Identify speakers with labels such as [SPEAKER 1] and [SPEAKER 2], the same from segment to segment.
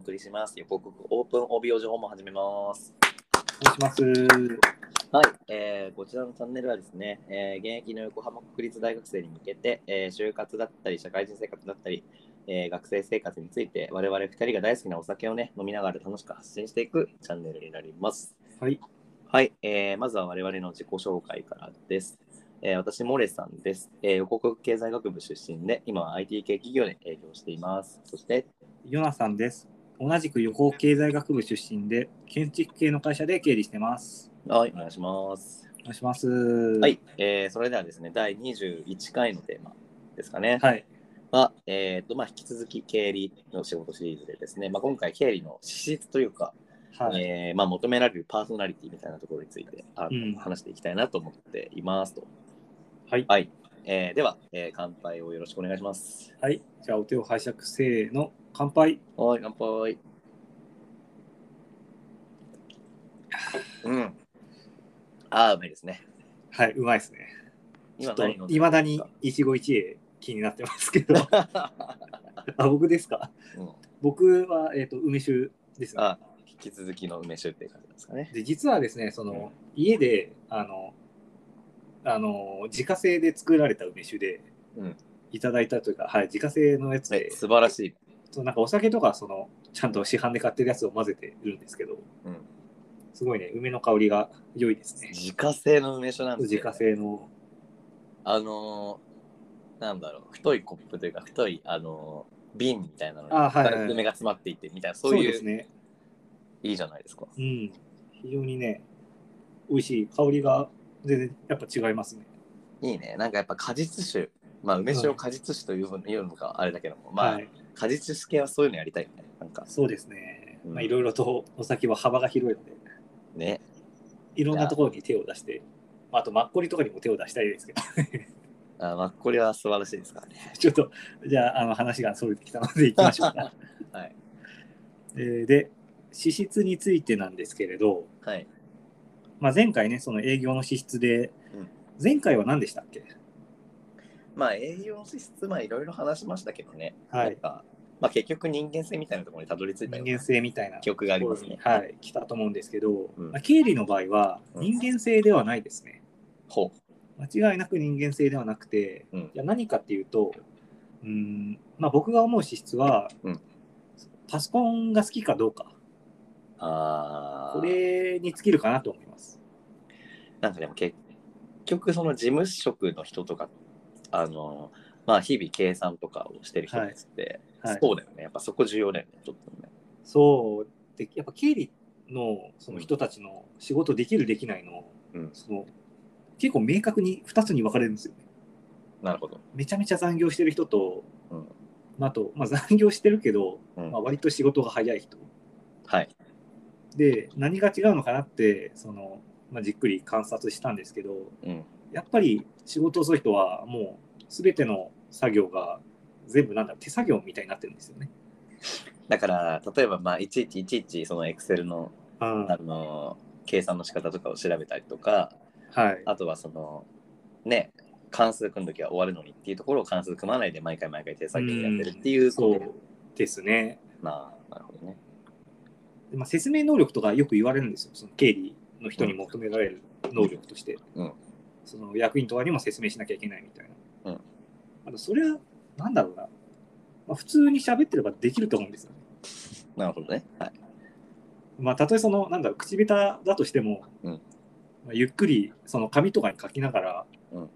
[SPEAKER 1] お送りします。横国オープン帯用情報も始めます。
[SPEAKER 2] お願いします。
[SPEAKER 1] はい、えーこちらのチャンネルはですね、えー現役の横浜国立大学生に向けて、えー就活だったり、社会人生活だったり、えー学生生活について、我々2人が大好きなお酒をね、飲みながら楽しく発信していくチャンネルになります。
[SPEAKER 2] はい。
[SPEAKER 1] はい、えーまずは我々の自己紹介からです。えー私、モレさんです、えー横国経済学部出身で、今は IT 系企業で営業しています。そして、
[SPEAKER 2] ヨナさんです。同じく予報経済学部出身で、建築系の会社で経理してます。
[SPEAKER 1] はい、お願いします。
[SPEAKER 2] お願いします。
[SPEAKER 1] は。、
[SPEAKER 2] はい
[SPEAKER 1] えーそれではですね、第21回のテーマですかね。
[SPEAKER 2] はい。
[SPEAKER 1] は、えーとまあ、引き続き経理の仕事シリーズでですね、まあ、今回経理の資質というか、
[SPEAKER 2] はい。
[SPEAKER 1] えーまあ、求められるパーソナリティみたいなところについてあの
[SPEAKER 2] うん
[SPEAKER 1] 話していきたいなと思っていますと。
[SPEAKER 2] はい。
[SPEAKER 1] はい。えーでは、えー乾杯をよろしくお願いします。
[SPEAKER 2] はい。じゃあ、お手を拝借せーの、乾杯。
[SPEAKER 1] はい、乾杯。うん。ああ、うまいですね。
[SPEAKER 2] はい、うまいですね。ちょ
[SPEAKER 1] 今
[SPEAKER 2] っと
[SPEAKER 1] 何飲んでるんです、か
[SPEAKER 2] いまだに一期一会気になってますけど。あ、僕ですか
[SPEAKER 1] うん
[SPEAKER 2] 僕は、えっ、と、梅酒ですね。
[SPEAKER 1] あ引き続きの梅酒っていう感じなんですかね。
[SPEAKER 2] で、実はですね、その、家で、あの、あの、自家製で作られた梅酒で、
[SPEAKER 1] うん
[SPEAKER 2] いただいたというか、はい、自家製のやつ
[SPEAKER 1] え
[SPEAKER 2] で、
[SPEAKER 1] 素晴らしい。
[SPEAKER 2] そうなんかお酒とかそのちゃんと市販で買ってるやつを混ぜてるんですけど、
[SPEAKER 1] うん
[SPEAKER 2] すごいね梅の香りが良いですね
[SPEAKER 1] 自家製の梅酒なんです
[SPEAKER 2] 自
[SPEAKER 1] よ
[SPEAKER 2] 家製の
[SPEAKER 1] あのーなんだろう、太いコップというか、太い、あのー瓶みたいなのに、
[SPEAKER 2] あはいはいはい
[SPEAKER 1] 梅が詰まっていて、みたいな、そういう
[SPEAKER 2] ですね
[SPEAKER 1] いいじゃないですか。
[SPEAKER 2] うん非常にね美味しい香りが全然やっぱ違いますね
[SPEAKER 1] いいね。なんかやっぱ果実酒、まあ、梅酒を果実酒というの言うのか、あれだけども、まあ、
[SPEAKER 2] はい、
[SPEAKER 1] 果実酒系はそういうのやりたいよね。なんか、
[SPEAKER 2] そうですね
[SPEAKER 1] うん
[SPEAKER 2] まあいろいろとお酒は幅が広いので
[SPEAKER 1] ね。
[SPEAKER 2] いろんなところに手を出してまああとマッコリとかにも手を出したいですけど
[SPEAKER 1] あまあ、これは素晴らしいですからね。
[SPEAKER 2] ちょっとじゃああの話がそれてきたのでいきましょうか、
[SPEAKER 1] はい。
[SPEAKER 2] えーで脂質についてなんですけれど、
[SPEAKER 1] はい。
[SPEAKER 2] まあ、前回ね、その営業の資質で、
[SPEAKER 1] うん
[SPEAKER 2] 前回は何でしたっけ
[SPEAKER 1] まあ、栄養資質、まあ、いろいろ話しましたけどね。
[SPEAKER 2] はい
[SPEAKER 1] なんか、まあ、結局人間性みたいなところにたどり着いたよ
[SPEAKER 2] 人
[SPEAKER 1] うな
[SPEAKER 2] 間性みたいな
[SPEAKER 1] 記憶がありますね。
[SPEAKER 2] はい、来たと思うんですけど、
[SPEAKER 1] うん
[SPEAKER 2] まあ、経理の場合は
[SPEAKER 1] うん
[SPEAKER 2] 人間性ではないですね。
[SPEAKER 1] ほ
[SPEAKER 2] 間違いなく人間性ではなくて、
[SPEAKER 1] うん
[SPEAKER 2] いや何かっていうと、うーんまあ、僕が思う資質は、
[SPEAKER 1] うん
[SPEAKER 2] パソコンが好きかどうか、
[SPEAKER 1] う。ああ。
[SPEAKER 2] これに尽きるかなと思います。
[SPEAKER 1] なんかでも結局その事務職の人とかあのまあ日々計算とかをしてる人たちって、
[SPEAKER 2] はい、
[SPEAKER 1] そうだよねやっぱそこ重要だよねちょっとね
[SPEAKER 2] そうでやっぱ経理のその人たちの仕事できるできないの,、
[SPEAKER 1] うん
[SPEAKER 2] その結構明確に2つに分かれるんですよね。
[SPEAKER 1] なるほど、
[SPEAKER 2] めちゃめちゃ残業してる人と、
[SPEAKER 1] うん
[SPEAKER 2] まあ、あと、まあ、残業してるけど、
[SPEAKER 1] うん
[SPEAKER 2] まあ、割と仕事が早い人
[SPEAKER 1] はい
[SPEAKER 2] で何が違うのかなってその、まあ、じっくり観察したんですけど
[SPEAKER 1] うん
[SPEAKER 2] やっぱり仕事遅い人はもう全ての作業が全部なんだ手作業みたいになってるんですよね。
[SPEAKER 1] だから例えばまあいちいちいちいちそのエクセルの
[SPEAKER 2] うん
[SPEAKER 1] あの計算の仕方とかを調べたりとか
[SPEAKER 2] はい、
[SPEAKER 1] あとはそのね関数組むときは終わるのにっていうところを関数組まないで毎回毎回手作業でやってるっていう、
[SPEAKER 2] そうですね。
[SPEAKER 1] まあなるほどね
[SPEAKER 2] でまあ、説明能力とかよく言われるんですよ、その経理の人に求められる能力として。
[SPEAKER 1] うん
[SPEAKER 2] その役員とかにも説明しなきゃいけないみたいな。
[SPEAKER 1] うん
[SPEAKER 2] あとそれは、なんだろうな、まあ、普通に喋ってればできると思うんですよね。
[SPEAKER 1] なるほどねはい
[SPEAKER 2] まあ、たとえその、なんだろう、口下手だとしても、
[SPEAKER 1] うん
[SPEAKER 2] まあ、ゆっくりその紙とかに書きながら、
[SPEAKER 1] うん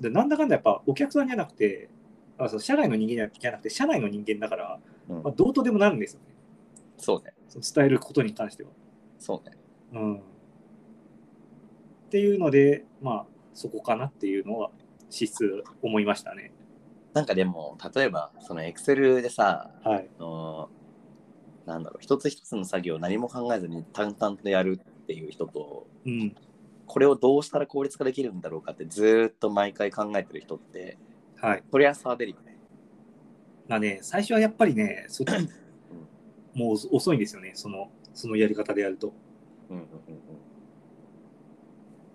[SPEAKER 2] でなんだかんだやっぱお客さんじゃなくて、あその社外の人間じゃなくて、社内の人間だから、
[SPEAKER 1] うん
[SPEAKER 2] まあ、どうとでもなるんですよね、
[SPEAKER 1] そうね
[SPEAKER 2] その伝えることに関しては。
[SPEAKER 1] そうね
[SPEAKER 2] うんっていうので、まあ、そこかなっていうのは、資質思いましたね。
[SPEAKER 1] なんかでも例えばそのエクセルでさ
[SPEAKER 2] はい。
[SPEAKER 1] あのなんだろう一つ一つの作業を何も考えずに淡々とやるっていう人と
[SPEAKER 2] うん。
[SPEAKER 1] これをどうしたら効率化できるんだろうかってずーっと毎回考えてる人って
[SPEAKER 2] はい。
[SPEAKER 1] そりゃ差出るよね。
[SPEAKER 2] まあね、最初はやっぱりね、そもう遅いんですよね、その、そのやり方でやると。
[SPEAKER 1] うんうん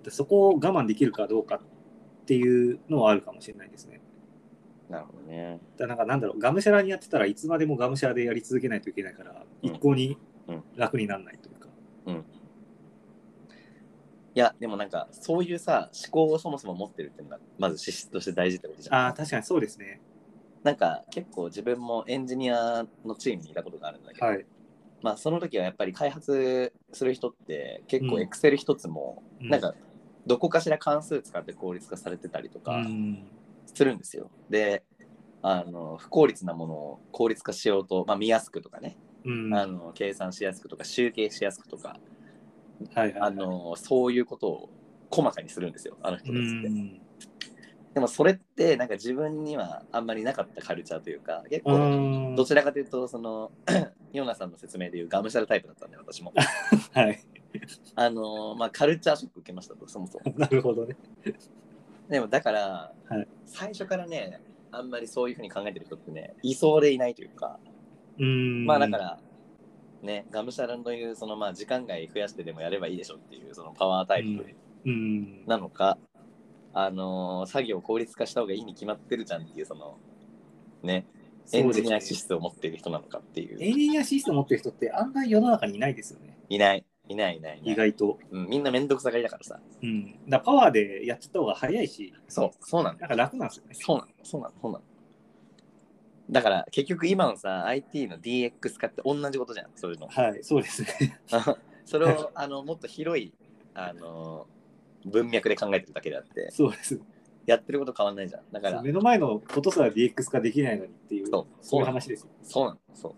[SPEAKER 2] でそこを我慢できるかどうかっていうのはあるかもしれないですね。
[SPEAKER 1] なるほどね。
[SPEAKER 2] だなんかなんだろう、がむしゃらにやってたらいつまでもがむしゃらでやり続けないといけないから、
[SPEAKER 1] うん
[SPEAKER 2] 一向に
[SPEAKER 1] うん
[SPEAKER 2] 楽にならないというか。
[SPEAKER 1] いや、でもなんか、そういうさ、思考をそもそも持ってるっていうのが、まず資質として大事ってことじ
[SPEAKER 2] あ
[SPEAKER 1] ゃ
[SPEAKER 2] あ、
[SPEAKER 1] ん。
[SPEAKER 2] 確かにそうですね。
[SPEAKER 1] なんか、結構自分もエンジニアのチームにいたことがあるんだけど、
[SPEAKER 2] はい。
[SPEAKER 1] まあ、その時はやっぱり開発する人って、結
[SPEAKER 2] う
[SPEAKER 1] 構
[SPEAKER 2] ん
[SPEAKER 1] エクセル一つも、
[SPEAKER 2] う
[SPEAKER 1] なん、か、どこかしら関数使って効率化されてたりと
[SPEAKER 2] う
[SPEAKER 1] か
[SPEAKER 2] ん。
[SPEAKER 1] するんですよ。で、あの不効率なものを効率化しようと、まあ、見やすくとかね、
[SPEAKER 2] うん。
[SPEAKER 1] あの計算しやすくとか集計しやすくとか
[SPEAKER 2] はいはい。
[SPEAKER 1] あのそういうことを細かにするんですよあの人
[SPEAKER 2] う
[SPEAKER 1] たちって。
[SPEAKER 2] ん。
[SPEAKER 1] でもそれってなんか自分にはあんまりなかったカルチャーというか結
[SPEAKER 2] う
[SPEAKER 1] 構
[SPEAKER 2] ん。
[SPEAKER 1] どちらかというとその ヨナさんの説明でいうがむしゃらタイプだったんで私 も
[SPEAKER 2] はい。
[SPEAKER 1] あの、まあ、カルチャーショック受けましたとそもそも
[SPEAKER 2] なるほどね。
[SPEAKER 1] でもだから、
[SPEAKER 2] はい
[SPEAKER 1] 最初からねあんまりそういうふうに考えてる人ってねいそうでいないというか
[SPEAKER 2] うん。
[SPEAKER 1] まあだか。らねがむしゃらのいうそのまあ時間外増やしてでもやればいいでしょっていうそのパワータイプ
[SPEAKER 2] うん。
[SPEAKER 1] なのか、あのー作業を効率化した方がいいに決まってるじゃんっていうそのねエンジニア資
[SPEAKER 2] そうですね
[SPEAKER 1] 質を持っている人なのかっていう
[SPEAKER 2] エンジニアシステム持ってる人って案外世の中にいないですよね。
[SPEAKER 1] いないいないいないいない
[SPEAKER 2] 意外と。
[SPEAKER 1] うん、みんな面倒くさがりだからさ
[SPEAKER 2] うん。だからパワーでやっちゃった方が早いし、
[SPEAKER 1] そうそうなんだよ
[SPEAKER 2] なんか楽なんですよね。
[SPEAKER 1] そうなのそうなのそうなのだから結局今のさ IT の DX 化って同じことじゃんそういうの
[SPEAKER 2] はい、そうですね。
[SPEAKER 1] それをあのもっと広いあのー文脈で考えてるだけであって
[SPEAKER 2] そうです。
[SPEAKER 1] やってること変わんないじゃんだから
[SPEAKER 2] 目の前のことすら DX 化できないのにっていう、
[SPEAKER 1] そう
[SPEAKER 2] そういう話ですよ。
[SPEAKER 1] そうなのそう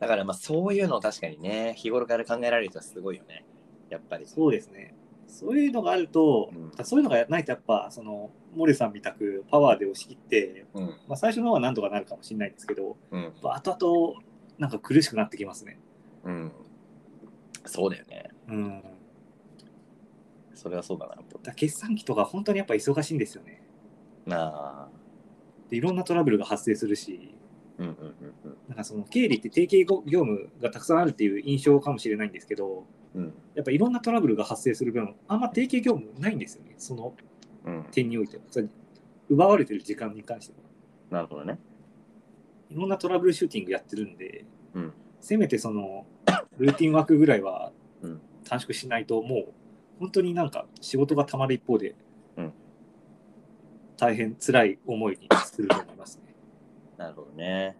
[SPEAKER 1] だからまあそういうのを確かにね日頃から考えられる人はすごいよねやっぱり
[SPEAKER 2] そうですね。そういうのがあると、
[SPEAKER 1] うん
[SPEAKER 2] そういうのがないとやっぱ、その、モレさんみたくパワーで押し切って、
[SPEAKER 1] うん
[SPEAKER 2] まあ、最初の方はなんとかなるかもしれないんですけど、
[SPEAKER 1] うん
[SPEAKER 2] やっぱ後々、なんか苦しくなってきますね。
[SPEAKER 1] うんそうだよね
[SPEAKER 2] うん。
[SPEAKER 1] それはそうだな
[SPEAKER 2] だから決算期とか本当にやっぱ忙しいんですよね。
[SPEAKER 1] なあ
[SPEAKER 2] でいろんなトラブルが発生するし、
[SPEAKER 1] うんうんうん
[SPEAKER 2] なんかその経理って定型業務がたくさんあるっていう印象かもしれないんですけど、
[SPEAKER 1] うん
[SPEAKER 2] やっぱいろんなトラブルが発生する分、あんま定型業務ないんですよね、その
[SPEAKER 1] うんうん
[SPEAKER 2] 点においては。それ奪われてる時間に関しては。
[SPEAKER 1] なるほどね
[SPEAKER 2] いろんなトラブルシューティングやってるんで、
[SPEAKER 1] うん
[SPEAKER 2] せめてその ルーティン枠ぐらいは
[SPEAKER 1] うん
[SPEAKER 2] 短縮しないと、もう本当になんか仕事がたまる一方で、
[SPEAKER 1] うん
[SPEAKER 2] 大変辛い思いにすると思います ね。
[SPEAKER 1] なるほどね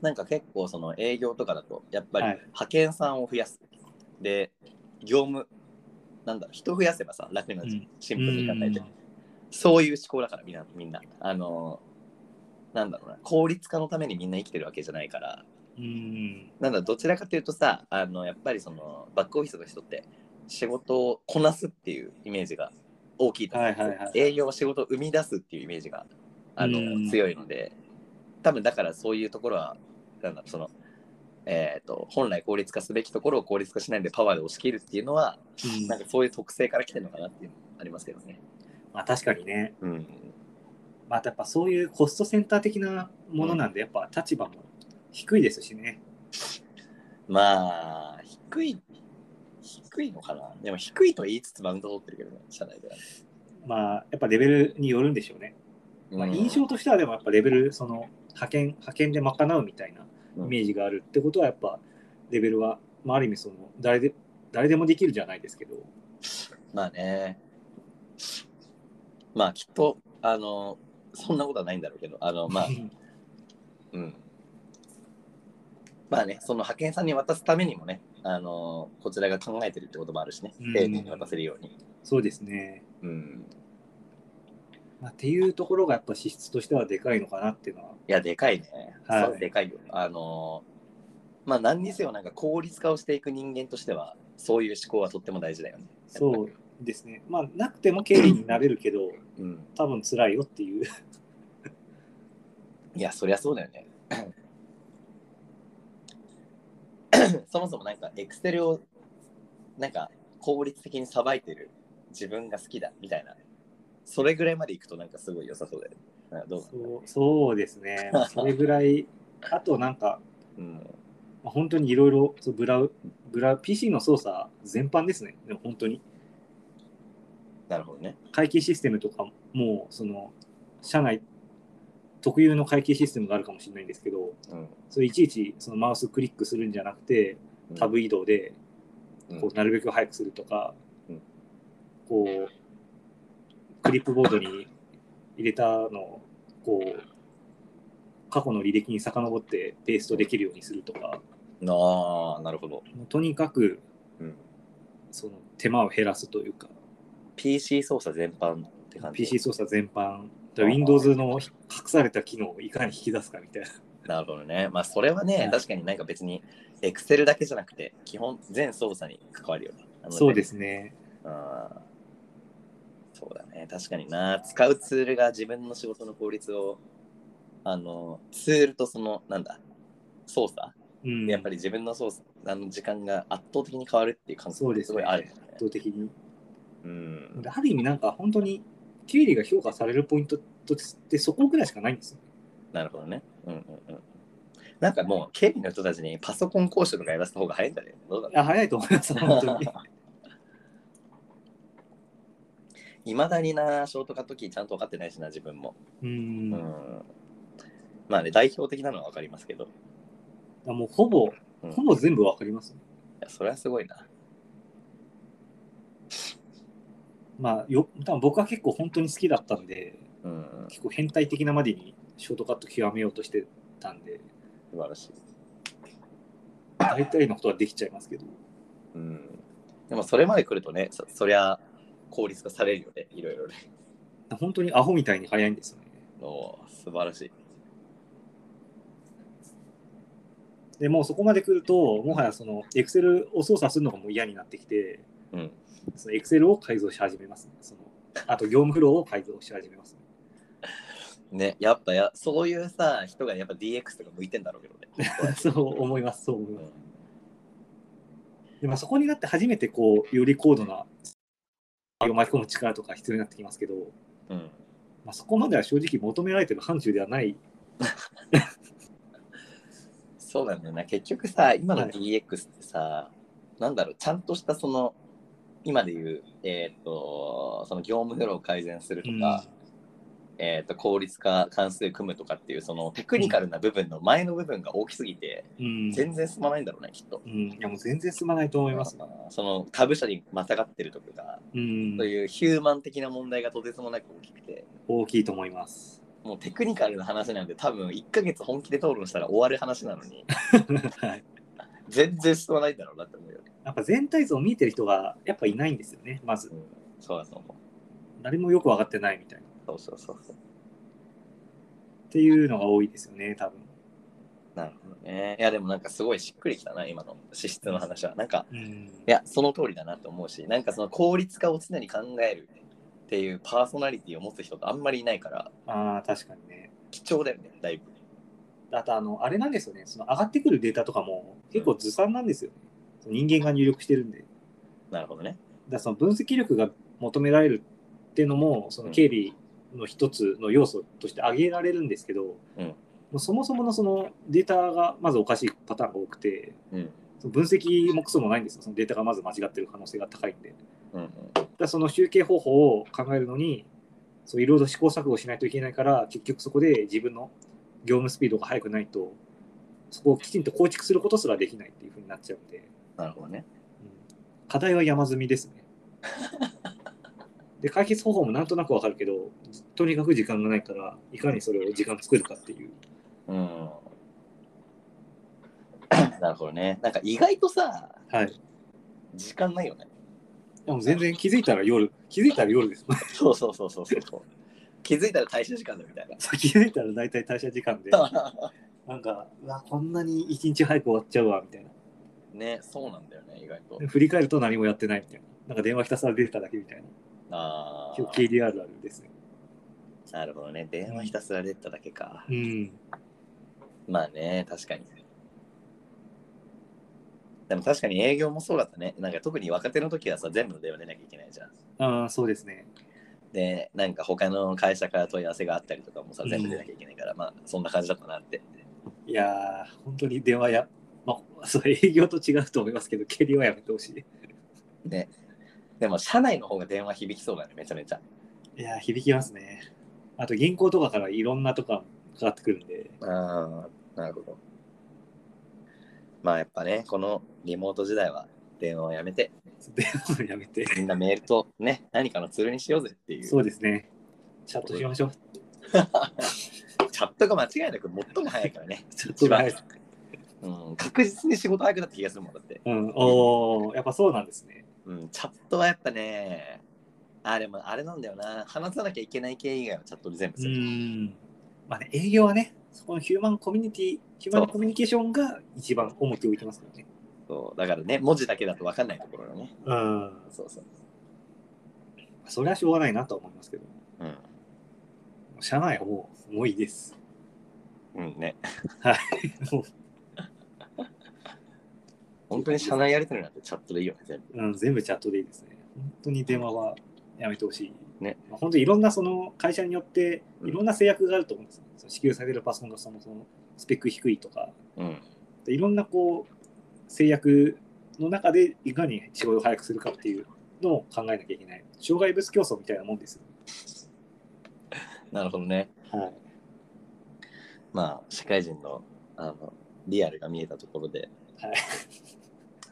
[SPEAKER 1] なんか結構その営業とかだとやっぱり
[SPEAKER 2] はい
[SPEAKER 1] 派遣さんを増やすで業務なんだろう人増やせばさ楽なんじゃん
[SPEAKER 2] うん
[SPEAKER 1] シンプルに考えてそういう思考だからみんなみんなあのなんだろうな効率化のためにみんな生きてるわけじゃないから
[SPEAKER 2] うんうん
[SPEAKER 1] なんだどちらかというとさあのやっぱりそのバックオフィスの人って仕事をこなすっていうイメージが大きいと思う、
[SPEAKER 2] はいはいはい
[SPEAKER 1] 営業は仕事を生み出すっていうイメージがあの、
[SPEAKER 2] うん
[SPEAKER 1] 強いので多分だからそういうところはなんだろうそのえっ、と本来効率化すべきところを効率化しないでパワーで押し切るっていうのは
[SPEAKER 2] うん
[SPEAKER 1] なんかそういう特性から来てるのかなっていうのもありますけどね。
[SPEAKER 2] まあ確かにね、
[SPEAKER 1] うん、
[SPEAKER 2] またやっぱそういうコストセンター的なものなんで、やっぱ立場も低いですしね。
[SPEAKER 1] まあ低い低いのかなでも低いと言いつつマウント取ってるけどね社内では。
[SPEAKER 2] まあ、やっぱレベルによるんでしょうね。まあ、
[SPEAKER 1] うん
[SPEAKER 2] 印象としては、でもやっぱレベル、その派遣、派遣で賄うみたいなイメージがあるってことは、やっぱレベルは、まあ、ある意味、その誰で、誰でもできるじゃないですけど、、
[SPEAKER 1] まあね。まあきっと、あの、そんなことはないんだろうけど、あの、まあうん。まあね、その派遣さんに渡すためにもね、あの、こちらが考えてるってこともあるしね
[SPEAKER 2] うん、
[SPEAKER 1] 丁寧に渡せるように。
[SPEAKER 2] そうですね。
[SPEAKER 1] うん。
[SPEAKER 2] まあ、っていうところが、やっぱ資質としてはでかいのかなっていうのは、
[SPEAKER 1] いや、でかいね。
[SPEAKER 2] はい
[SPEAKER 1] そうでかいよ。あの、まあ何にせよ、なんか効率化をしていく人間としては、そういう思考はとっても大事だよね。
[SPEAKER 2] そうですね。まあ、なくても経理になれるけど、
[SPEAKER 1] う。うん。
[SPEAKER 2] 多分辛いよっていう。
[SPEAKER 1] いや、そりゃそうだよ ね。そもそもなんか、エクセルをなんか効率的にさばいてる自分が好きだみたいな、それぐらいまでいくとなんかすごい良さそうだよね。なんかどう
[SPEAKER 2] そうそうですね。それぐらい、あとなんか、
[SPEAKER 1] うん、
[SPEAKER 2] まあ本当にいろいろそうブラウブラウ PC の操作全般ですね。でも本当に
[SPEAKER 1] なるほどね。
[SPEAKER 2] 会計システムとかもうその社内特有の会計システムがあるかもしれないんですけど、
[SPEAKER 1] うん
[SPEAKER 2] それいちいちそのマウスクリックするんじゃなくて、
[SPEAKER 1] うん
[SPEAKER 2] タブ移動で
[SPEAKER 1] うん
[SPEAKER 2] こうなるべく早くするとか、
[SPEAKER 1] うん
[SPEAKER 2] こうクリップボードに入れたのをこう過去の履歴に遡ってペーストできるようにするとか、
[SPEAKER 1] ああ、なるほど。
[SPEAKER 2] もうとにかく
[SPEAKER 1] うん、
[SPEAKER 2] その手間を減らすというか、
[SPEAKER 1] PC 操作全般って感じ。
[SPEAKER 2] PC 操作全般、だから Windows の隠された機能をいかに引き出すかみたいな。
[SPEAKER 1] なるほどね。まあ、それはね、
[SPEAKER 2] はい
[SPEAKER 1] 確かになんか別に、Excel だけじゃなくて、基本全操作に関わるよね。あのね
[SPEAKER 2] そうですね。
[SPEAKER 1] あーそうだね、確かにな。使うツールが自分の仕事の効率を、あの、ツールとその、なんだ、操作、
[SPEAKER 2] うん、
[SPEAKER 1] やっぱり自分の操作、あの時間が圧倒的に変わるっていう感
[SPEAKER 2] そう
[SPEAKER 1] 覚
[SPEAKER 2] で
[SPEAKER 1] がす
[SPEAKER 2] すね
[SPEAKER 1] ごいあるよね。
[SPEAKER 2] 圧倒的に。
[SPEAKER 1] うん
[SPEAKER 2] である意味なんか本当に経理が評価されるポイントとしてそこぐらいしかないんですよ。
[SPEAKER 1] なるほどね。うんうんうん。なんかもう、経理の人たちにパソコン講習とかやらせた方が早いんだね。どうだろう
[SPEAKER 2] あ早いと思い ます、本当に。
[SPEAKER 1] いまだにな、ショートカットキーちゃんと分かってないしな、自分も。
[SPEAKER 2] う。
[SPEAKER 1] うん
[SPEAKER 2] だか
[SPEAKER 1] ん。まあね、代表的なのは分かりますけど、い
[SPEAKER 2] らもうほぼ
[SPEAKER 1] うん、
[SPEAKER 2] ほぼ全部わかります、ね。
[SPEAKER 1] やそれはすごいな。
[SPEAKER 2] まあよ、多分僕は結構本当に好きだったんで、
[SPEAKER 1] うん、
[SPEAKER 2] 結構変態的なまでにショートカット極めようとしてたんで、
[SPEAKER 1] 素晴らしい。
[SPEAKER 2] 大体のことはできちゃいますけど。
[SPEAKER 1] うん。でも、それまで来るとね、そそりゃ、効率化されるよね、いろいろね。
[SPEAKER 2] 本当にアホみたいに早いんですよね。
[SPEAKER 1] おー素晴らしい。
[SPEAKER 2] でもうそこまで来ると、もはやその Excel を操作するのがもう嫌になってきて、
[SPEAKER 1] うん。
[SPEAKER 2] その Excel を改造し始めます、ね。そのあと業務フローを改造し始めます、ね。
[SPEAKER 1] ね、やっぱや、そういうさ、人がやっぱ DX とか向いてんだろうけどね。
[SPEAKER 2] そう思います、そう思いうます。
[SPEAKER 1] ん
[SPEAKER 2] でまあ、そこになって初めてこうより高度なを巻き込む力とか必要になってきますけど、
[SPEAKER 1] うん。
[SPEAKER 2] まあ、そこまでは正直求められてる範疇ではない、
[SPEAKER 1] そうなんだよな結局さ今の
[SPEAKER 2] はい
[SPEAKER 1] DX ってさ、なんだろうちゃんとしたその今で言う、えー、とその業務フローを改善するとか、えー、と効率化関数組むとかっていうそのテクニカルな部分の前の部分が大きすぎて、
[SPEAKER 2] うん
[SPEAKER 1] 全然進まないんだろうねきっと
[SPEAKER 2] う。んいやもう全然進まないと思います、
[SPEAKER 1] その他部署にまたがってるとか、
[SPEAKER 2] うん
[SPEAKER 1] そういうヒューマン的な問題がとてつもなく大きくて
[SPEAKER 2] 大きいと思います。
[SPEAKER 1] もうテクニカルな話なんで多分1ヶ月本気で討論したら終わる話なのに
[SPEAKER 2] はい、
[SPEAKER 1] 全然進まないんだろうなって思うよね。
[SPEAKER 2] やっぱ全体像を見えてる人がやっぱいないんですよね、まず。
[SPEAKER 1] そうだと思う。
[SPEAKER 2] 誰もよく分かってないみたいな。
[SPEAKER 1] そうそうそうそう。
[SPEAKER 2] っていうのが多いですよね、多分。
[SPEAKER 1] なるほどね。いや、でもなんかすごいしっくりきたな、今の資質の話は。なんか、
[SPEAKER 2] うん
[SPEAKER 1] いや、その通りだなと思うし、なんかその効率化を常に考えるっていうパーソナリティを持つ人ってあんまりいないから、
[SPEAKER 2] ああ、確かにね。
[SPEAKER 1] 貴重だよね、だいぶ。
[SPEAKER 2] あと、あの、あれなんですよね、その上がってくるデータとかも結構ずさんなんですよね。その人間が入力してるんで。
[SPEAKER 1] なるほどね。
[SPEAKER 2] だからその分析力が求められるっていうのもその経理の一つの要素として挙げられるんですけど、
[SPEAKER 1] うん
[SPEAKER 2] もうそもそものそのデータがまずおかしいパターンが多くて
[SPEAKER 1] うん。
[SPEAKER 2] その分析もクソもないんですよそのデータがまず間違ってる可能性が高いんでだか
[SPEAKER 1] うんうん、
[SPEAKER 2] らその集計方法を考えるのにそういろいろ試行錯誤しないといけないから結局そこで自分の業務スピードが速くないとそこをきちんと構築することすらできないっていうふうになっちゃうんで。
[SPEAKER 1] なるほどね。
[SPEAKER 2] うん課題は山積みですね。で解決方法もなんとなくわかるけどとにかく時間がないからいかにそれを時間作るかっていう
[SPEAKER 1] うん。なるほどね。なんか意外とさ、
[SPEAKER 2] はい
[SPEAKER 1] 時間ないよね。
[SPEAKER 2] でも全然気づいたら夜気づいたら夜です
[SPEAKER 1] そうそうそうそうそうそう。気づいたら退社時間だみたいな。
[SPEAKER 2] 気づいたら大体退社時間でなんかうわこんなに一日早く終わっちゃうわみたいな
[SPEAKER 1] ね、そうなんだよね、意外と。
[SPEAKER 2] で振り返ると何もやってないみたいななんか電話ひたすら出てただけみたいな
[SPEAKER 1] あ
[SPEAKER 2] 今
[SPEAKER 1] あ。
[SPEAKER 2] 日 KDR あるですね
[SPEAKER 1] なるほどね。電話ひたすら出てただけか。
[SPEAKER 2] うん
[SPEAKER 1] まあね、確かに。でも確かに営業もそうだったね。なんか特に若手の時はさ、全部の電話出なきゃいけないじゃん。
[SPEAKER 2] ああそうですね
[SPEAKER 1] で、なんか他の会社から問い合わせがあったりとかもさ、全部出なきゃいけないから、まあそんな感じだったなって。
[SPEAKER 2] いやー本当に電話やまあそう営業と違うと思いますけど経理はやめてほしい
[SPEAKER 1] ね。でも社内の方が電話響きそうだね、めちゃめちゃ。
[SPEAKER 2] いやー響きますね。あと銀行とかからいろんなとかかかってくるんで、
[SPEAKER 1] ああ、なるほど。まあやっぱね、このリモート時代は電話をやめて、
[SPEAKER 2] 電話をやめて、
[SPEAKER 1] みんなメールとね、何かのツールにしようぜっていう。
[SPEAKER 2] そうですね、チャットしましょう。
[SPEAKER 1] チャットが間違いなく最も早いからね。
[SPEAKER 2] チャットが早い
[SPEAKER 1] 一番うん、確実に仕事早くなった気がするもんだって。
[SPEAKER 2] うん、おお、やっぱそうなんですね。
[SPEAKER 1] うん、チャットはやっぱね、あれもあれなんだよな、話さなきゃいけない系以外はチャットで全部
[SPEAKER 2] う
[SPEAKER 1] する。
[SPEAKER 2] ん。まあね、営業はね、そこのヒューマンコミュニティ、ヒューマンコミュニケーションが一番重きを置いてますからね。
[SPEAKER 1] そうだからね、文字だけだと分かんないところがね。
[SPEAKER 2] うん。
[SPEAKER 1] そうそう。
[SPEAKER 2] それはしょうがないなとは思いますけど、
[SPEAKER 1] うん。
[SPEAKER 2] 社内はもう、もういいです。
[SPEAKER 1] うんね。
[SPEAKER 2] も
[SPEAKER 1] 本当に社内やりとりなんてチャットでいいよね、全部。
[SPEAKER 2] う、うん、全部チャットでいいですね。本当に電話はやめてほしい。
[SPEAKER 1] ね。
[SPEAKER 2] 本当にいろんなその会社によって、
[SPEAKER 1] うん
[SPEAKER 2] いろんな制約があると思うんですよ。その支給されるパソコンがそもそもスペック低いとか、
[SPEAKER 1] うん。
[SPEAKER 2] でいろんなこう制約の中でいかに仕事を早くするかっていうのを考えなきゃいけない障害物競争みたいなもんですよ、
[SPEAKER 1] なるほどね。
[SPEAKER 2] はい、
[SPEAKER 1] まあ、社会人のあのリアルが見えたところで、
[SPEAKER 2] はい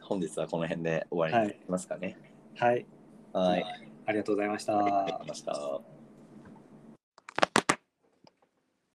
[SPEAKER 1] 本日はこの辺で終わりにしますかね。
[SPEAKER 2] はい、
[SPEAKER 1] はい。
[SPEAKER 2] ありがとうございました。
[SPEAKER 1] ありがとうございました。